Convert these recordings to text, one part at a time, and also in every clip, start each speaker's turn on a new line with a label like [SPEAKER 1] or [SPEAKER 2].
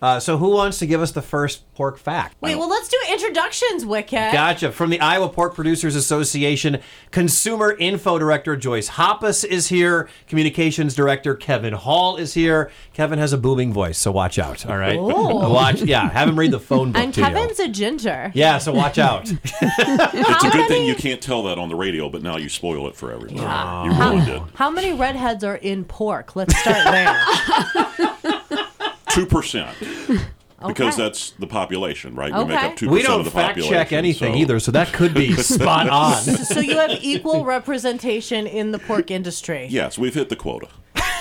[SPEAKER 1] Uh, so who wants to give us the first pork fact?
[SPEAKER 2] Wait, well, let's do introductions, Wicket.
[SPEAKER 1] Gotcha. From the Iowa Pork Producers Association, Consumer Info Director Joyce Hoppus is here. Communications Director Kevin Hall is here. Kevin has a booming voice, so watch out. All right,
[SPEAKER 2] Oh.
[SPEAKER 1] watch. Yeah, have him read the phone book
[SPEAKER 2] And
[SPEAKER 1] to you.
[SPEAKER 2] Kevin's a ginger.
[SPEAKER 1] Yeah, so watch out.
[SPEAKER 3] It's a
[SPEAKER 2] How
[SPEAKER 3] good
[SPEAKER 2] many-
[SPEAKER 3] thing you can't tell that on the radio, but now you spoil it for everybody. You really did.
[SPEAKER 2] How many redheads are in pork? Let's start there.
[SPEAKER 3] Two percent, because
[SPEAKER 2] Okay.
[SPEAKER 3] that's the population, right? We make
[SPEAKER 2] Okay.
[SPEAKER 3] up two
[SPEAKER 1] we
[SPEAKER 3] percent
[SPEAKER 1] don't
[SPEAKER 3] of the
[SPEAKER 1] fact
[SPEAKER 3] population.
[SPEAKER 1] check anything
[SPEAKER 3] so-
[SPEAKER 1] either, so that could be spot on.
[SPEAKER 2] so you have equal representation in the pork industry.
[SPEAKER 3] Yes, we've hit the quota.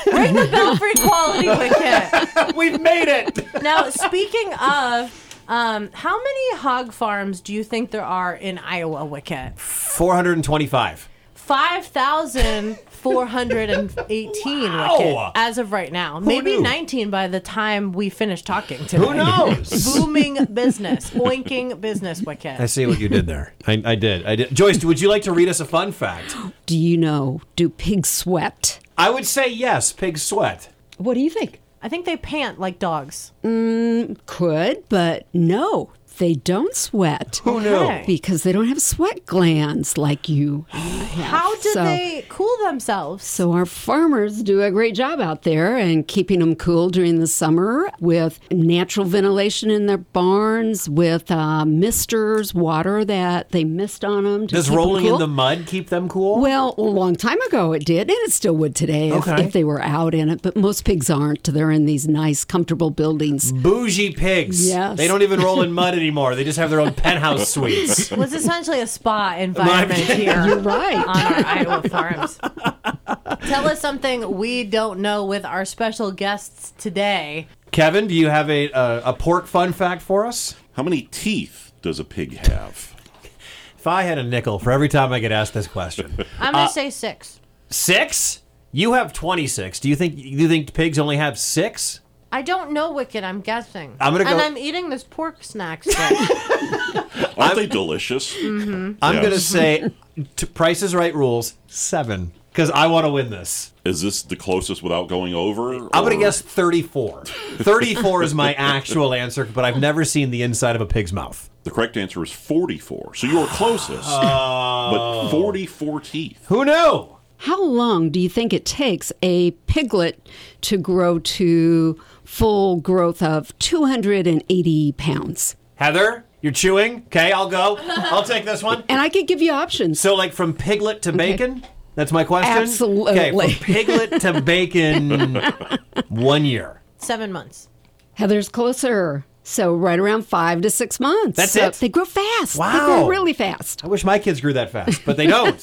[SPEAKER 2] Bill for equality, Wicket.
[SPEAKER 1] We've made it.
[SPEAKER 2] Now, speaking of, um, how many hog farms do you think there are in Iowa, Wicket?
[SPEAKER 1] 425.
[SPEAKER 2] 5,418,
[SPEAKER 1] Wow.
[SPEAKER 2] Wicket, as of right now. Maybe
[SPEAKER 1] knew?
[SPEAKER 2] 19 by the time we finish talking today.
[SPEAKER 1] Who knows?
[SPEAKER 2] Booming business, oinking business, Wicket.
[SPEAKER 1] I see what you did there. I, I did. I did. Joyce, would you like to read us a fun fact?
[SPEAKER 4] Do you know, do pigs sweat?
[SPEAKER 1] I would say yes, pigs sweat.
[SPEAKER 4] What do you think?
[SPEAKER 2] I think they pant like dogs.
[SPEAKER 4] Could, but no, they don't sweat.
[SPEAKER 1] Who knew?
[SPEAKER 2] Okay.
[SPEAKER 4] Because they don't have sweat glands like you.
[SPEAKER 2] How did
[SPEAKER 4] So-
[SPEAKER 2] they cool themselves?
[SPEAKER 4] So our farmers do a great job out there and keeping them cool during the summer with natural ventilation in their barns, with uh, misters, water that they mist on them. To
[SPEAKER 1] Does
[SPEAKER 4] keep 'em
[SPEAKER 1] rolling
[SPEAKER 4] cool.
[SPEAKER 1] in the mud keep them cool?
[SPEAKER 4] Well, a long time ago it did, and it still would today if,
[SPEAKER 1] Okay.
[SPEAKER 4] if they were out in it. But most pigs aren't. They're in these nice, comfortable buildings.
[SPEAKER 1] Bougie pigs.
[SPEAKER 4] Yes.
[SPEAKER 1] They don't even roll in mud anymore. They just have their own penthouse suites.
[SPEAKER 2] It was essentially a spa environment here.
[SPEAKER 4] You're right.
[SPEAKER 2] on our Iowa farms. Tell us something we don't know with our special guests today.
[SPEAKER 1] Kevin, do you have a, a a pork fun fact for us?
[SPEAKER 3] How many teeth does a pig have?
[SPEAKER 1] If I had a nickel for every time I get asked this question,
[SPEAKER 2] I'm gonna say six.
[SPEAKER 1] six. You have twenty six. Do you think do you think pigs only have six?
[SPEAKER 2] I don't know, Wicked. I'm guessing.
[SPEAKER 1] I'm gonna
[SPEAKER 2] and
[SPEAKER 1] go-
[SPEAKER 2] I'm eating this pork snack. Stick.
[SPEAKER 3] Aren't they delicious?
[SPEAKER 2] Mm.
[SPEAKER 1] I'm
[SPEAKER 3] Yes.
[SPEAKER 1] gonna say, to Price is Right rules seven because I want to win this.
[SPEAKER 3] Is this the closest without going over?
[SPEAKER 1] I'm gonna
[SPEAKER 3] or-
[SPEAKER 1] guess 34. 34 is my actual answer, but I've never seen the inside of a pig's mouth.
[SPEAKER 3] The correct answer is 44. So you were closest, but 44 teeth.
[SPEAKER 1] Who knew?
[SPEAKER 4] How long do you think it takes a piglet to grow to full growth of 280 pounds?
[SPEAKER 1] Heather, you're chewing. Okay, I'll go. I'll take this one.
[SPEAKER 4] And I could give you options.
[SPEAKER 1] So, like from piglet to bacon? That's my question. Okay,
[SPEAKER 4] Absolutely.
[SPEAKER 1] from piglet to bacon, one year.
[SPEAKER 2] Seven months.
[SPEAKER 4] Heather's closer. So right around five to six months.
[SPEAKER 1] That's
[SPEAKER 4] So
[SPEAKER 1] it?
[SPEAKER 4] They grow fast. They
[SPEAKER 1] Wow.
[SPEAKER 4] grow really fast.
[SPEAKER 1] I wish my kids grew that fast, but they don't.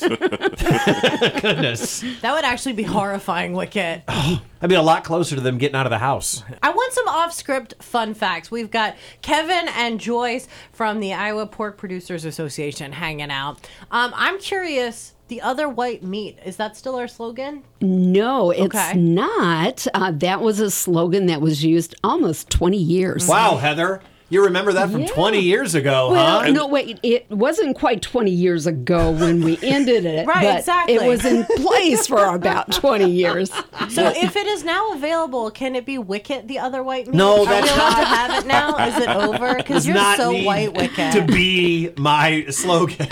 [SPEAKER 1] Goodness.
[SPEAKER 2] That would actually be horrifying, Wicket.
[SPEAKER 1] I'd be a lot closer to them getting out of the house.
[SPEAKER 2] I want some off script fun facts. We've got Kevin and Joyce from the Iowa Pork Producers Association hanging out. Um, I'm curious. The other white meat is that still our slogan?
[SPEAKER 4] No, it's
[SPEAKER 2] Okay.
[SPEAKER 4] not. Uh, that was a slogan that was used almost 20 years.
[SPEAKER 1] Wow, Heather. You remember that from 20 years ago,
[SPEAKER 4] Well,
[SPEAKER 1] huh?
[SPEAKER 4] no, wait. It wasn't quite 20 years ago when we ended it.
[SPEAKER 2] Right,
[SPEAKER 4] but
[SPEAKER 2] exactly.
[SPEAKER 4] It was in place for about 20 years.
[SPEAKER 2] So if it is now available, can it be Wicket the other white meat?
[SPEAKER 1] No,
[SPEAKER 2] Are
[SPEAKER 1] that's
[SPEAKER 2] we allowed to have it now? Is it over? Because you're
[SPEAKER 1] not
[SPEAKER 2] so
[SPEAKER 1] need
[SPEAKER 2] white, Wicket.
[SPEAKER 1] to be my slogan.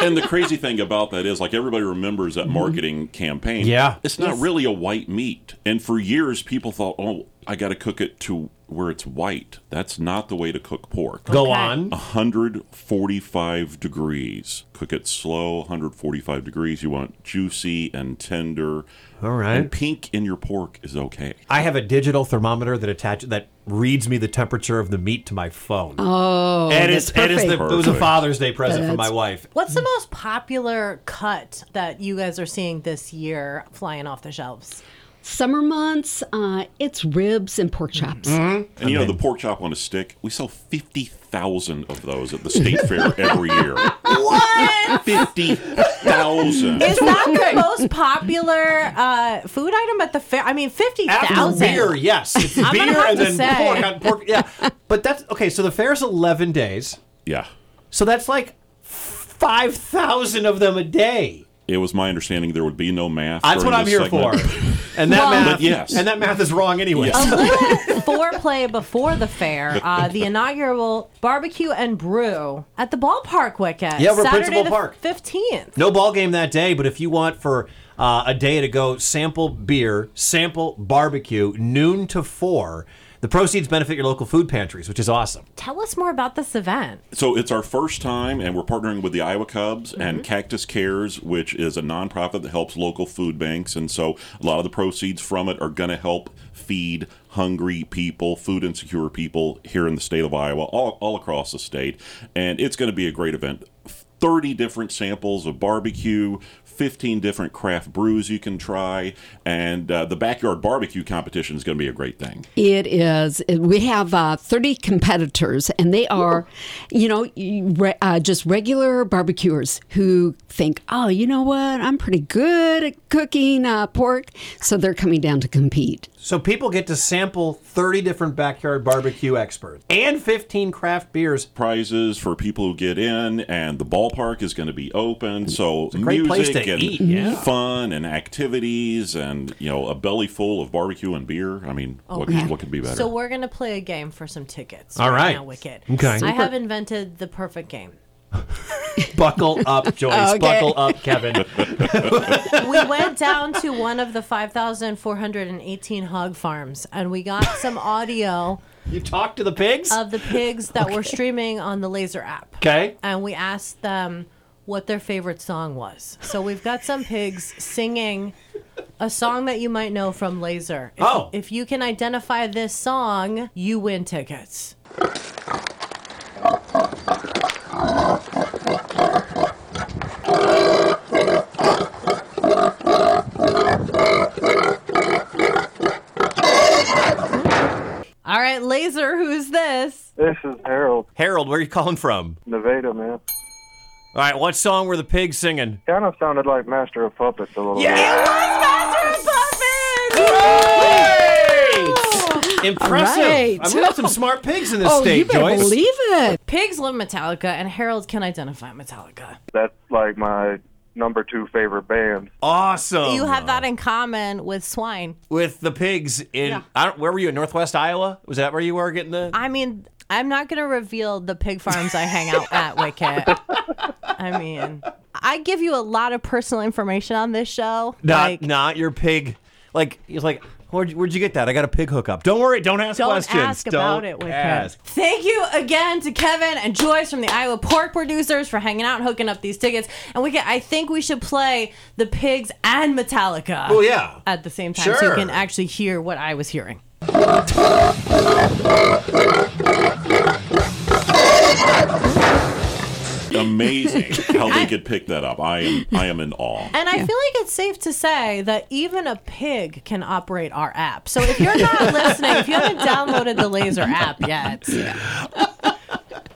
[SPEAKER 3] And the crazy thing about that is, like, everybody remembers that marketing campaign.
[SPEAKER 1] Mm-hmm. Yeah.
[SPEAKER 3] It's not really a white meat. And for years, people thought, oh, I got to cook it to where it's white. That's not the way to cook pork.
[SPEAKER 1] Go
[SPEAKER 2] Okay.
[SPEAKER 1] on.
[SPEAKER 3] 145 degrees. Cook it slow, 145 degrees. You want juicy and tender.
[SPEAKER 1] All right.
[SPEAKER 3] And pink in your pork is okay.
[SPEAKER 1] I have a digital thermometer that attach that reads me the temperature of the meat to my phone. Oh, and it's,
[SPEAKER 4] that's
[SPEAKER 1] it is the,
[SPEAKER 4] perfect.
[SPEAKER 1] it was a
[SPEAKER 3] Perfect.
[SPEAKER 1] Father's Day present for my wife.
[SPEAKER 2] What's the most popular cut that you guys are seeing this year flying off the shelves?
[SPEAKER 4] Summer months, uh, it's ribs and pork chops.
[SPEAKER 3] And you know, the pork chop on a stick, we sell 50,000 of those at the state fair every year.
[SPEAKER 2] What?
[SPEAKER 3] 50,000.
[SPEAKER 2] Is that the most popular uh, food item at the fair? I mean,
[SPEAKER 1] After
[SPEAKER 2] 50,000.
[SPEAKER 1] beer, yes, it's
[SPEAKER 2] I'm gonna
[SPEAKER 1] beer
[SPEAKER 2] have
[SPEAKER 1] and
[SPEAKER 2] to
[SPEAKER 1] then
[SPEAKER 2] say.
[SPEAKER 1] pork on pork. Yeah, but that's okay. So the fair's eleven days,
[SPEAKER 3] yeah.
[SPEAKER 1] so that's like five thousand of them a day.
[SPEAKER 3] It was my understanding there would be no math.
[SPEAKER 1] That's what
[SPEAKER 3] during
[SPEAKER 1] I'm
[SPEAKER 3] this
[SPEAKER 1] here
[SPEAKER 3] segment.
[SPEAKER 1] for. And that
[SPEAKER 2] Well-
[SPEAKER 1] math,
[SPEAKER 3] But yes.
[SPEAKER 1] and that math is wrong anyway.
[SPEAKER 2] a little foreplay before the fair, uh, the inaugural barbecue and brew at the ballpark weekend.
[SPEAKER 1] Yeah, over at
[SPEAKER 2] Saturday
[SPEAKER 1] Principal
[SPEAKER 2] the
[SPEAKER 1] Park.
[SPEAKER 2] fifteenth.
[SPEAKER 1] No ball game that day, but if you want for uh, a day to go sample beer, sample barbecue, noon to four, the proceeds benefit your local food pantries, which is awesome.
[SPEAKER 2] Tell us more about this event.
[SPEAKER 3] So it's our first time, and we're partnering with the Iowa Cubs
[SPEAKER 1] Mm-hmm.
[SPEAKER 3] and Cactus Cares, which is a nonprofit that helps local food banks. And so a lot of the proceeds from it are going to help feed hungry people, food insecure people here in the state of Iowa, all, all across the state. And it's going to be a great event. 30 different samples of barbecue, 15 different craft brews you can try, and uh, the backyard barbecue competition is going to be a great thing.
[SPEAKER 4] It is. We have uh, 30 competitors, and they are, you know, you re- uh, just regular barbecuers who think, oh, you know what? I'm pretty good at cooking uh, pork. So they're coming down to compete.
[SPEAKER 1] So people get to sample 30 different backyard barbecue experts and 15 craft beers.
[SPEAKER 3] prizes for people who get in, and the ballpark is going to be open. So
[SPEAKER 1] great
[SPEAKER 3] music
[SPEAKER 1] place to
[SPEAKER 3] and
[SPEAKER 1] eat, yeah.
[SPEAKER 3] fun and activities, and you know, a belly full of barbecue and beer. I mean, what,
[SPEAKER 4] yeah.
[SPEAKER 3] what could be better?
[SPEAKER 2] So we're gonna play a game for some tickets.
[SPEAKER 1] All right.
[SPEAKER 2] now, Wicked.
[SPEAKER 1] Okay.
[SPEAKER 2] I have invented the perfect game.
[SPEAKER 1] Buckle up, Joyce.
[SPEAKER 4] Okay.
[SPEAKER 1] Buckle up, Kevin.
[SPEAKER 2] we went down to one of the 5,418 hog farms and we got some audio
[SPEAKER 1] you talk to the pigs?
[SPEAKER 2] of the pigs that were streaming on the laser app.
[SPEAKER 1] Okay.
[SPEAKER 2] And we asked them what their favorite song was. So we've got some pigs singing a song that you might know from Laser. If,
[SPEAKER 1] Oh.
[SPEAKER 2] If you can identify this song, you win tickets. All right, Laser, who's this?
[SPEAKER 5] This is Harold,
[SPEAKER 1] Harold, where are you calling from?
[SPEAKER 5] Nevada, man.
[SPEAKER 1] All right, what song were the pigs singing?
[SPEAKER 5] Kind of sounded like Master of Puppets a little bit.
[SPEAKER 1] Impressive.
[SPEAKER 4] All right.
[SPEAKER 1] I've got some smart pigs in this
[SPEAKER 4] Oh,
[SPEAKER 1] state,
[SPEAKER 4] you better
[SPEAKER 1] Joyce.
[SPEAKER 4] believe it.
[SPEAKER 2] Pigs love Metallica, and Harold can identify Metallica.
[SPEAKER 5] That's like my number two favorite band.
[SPEAKER 1] awesome.
[SPEAKER 2] You have that in common with swine.
[SPEAKER 1] with the pigs in I don't, where were you in Northwest Iowa? Was that where you were getting the?
[SPEAKER 2] I mean, I'm not going to reveal the pig farms I hang out at, Wicket. I mean, I give you a lot of personal information on this show.
[SPEAKER 1] not
[SPEAKER 2] like,
[SPEAKER 1] not your pig. Like he's like, where'd you, where'd you get that? I got a pig hookup. Don't worry, don't ask
[SPEAKER 2] Don't
[SPEAKER 1] questions.
[SPEAKER 2] ask about
[SPEAKER 1] Don't
[SPEAKER 2] it, Wicket.
[SPEAKER 1] ask.
[SPEAKER 2] Thank you again to Kevin and Joyce from the Iowa Pork Producers for hanging out and hooking up these tickets. And Wicket, I think we should play the pigs and Metallica.
[SPEAKER 1] Well, yeah.
[SPEAKER 2] At the same time, so you
[SPEAKER 1] Sure.
[SPEAKER 2] can actually hear what I was hearing.
[SPEAKER 3] Amazing how they could pick that up. I am, I am in awe.
[SPEAKER 2] And I feel like it's safe to say that even a pig can operate our app. So if you're not listening, if you haven't downloaded the Laser app yet,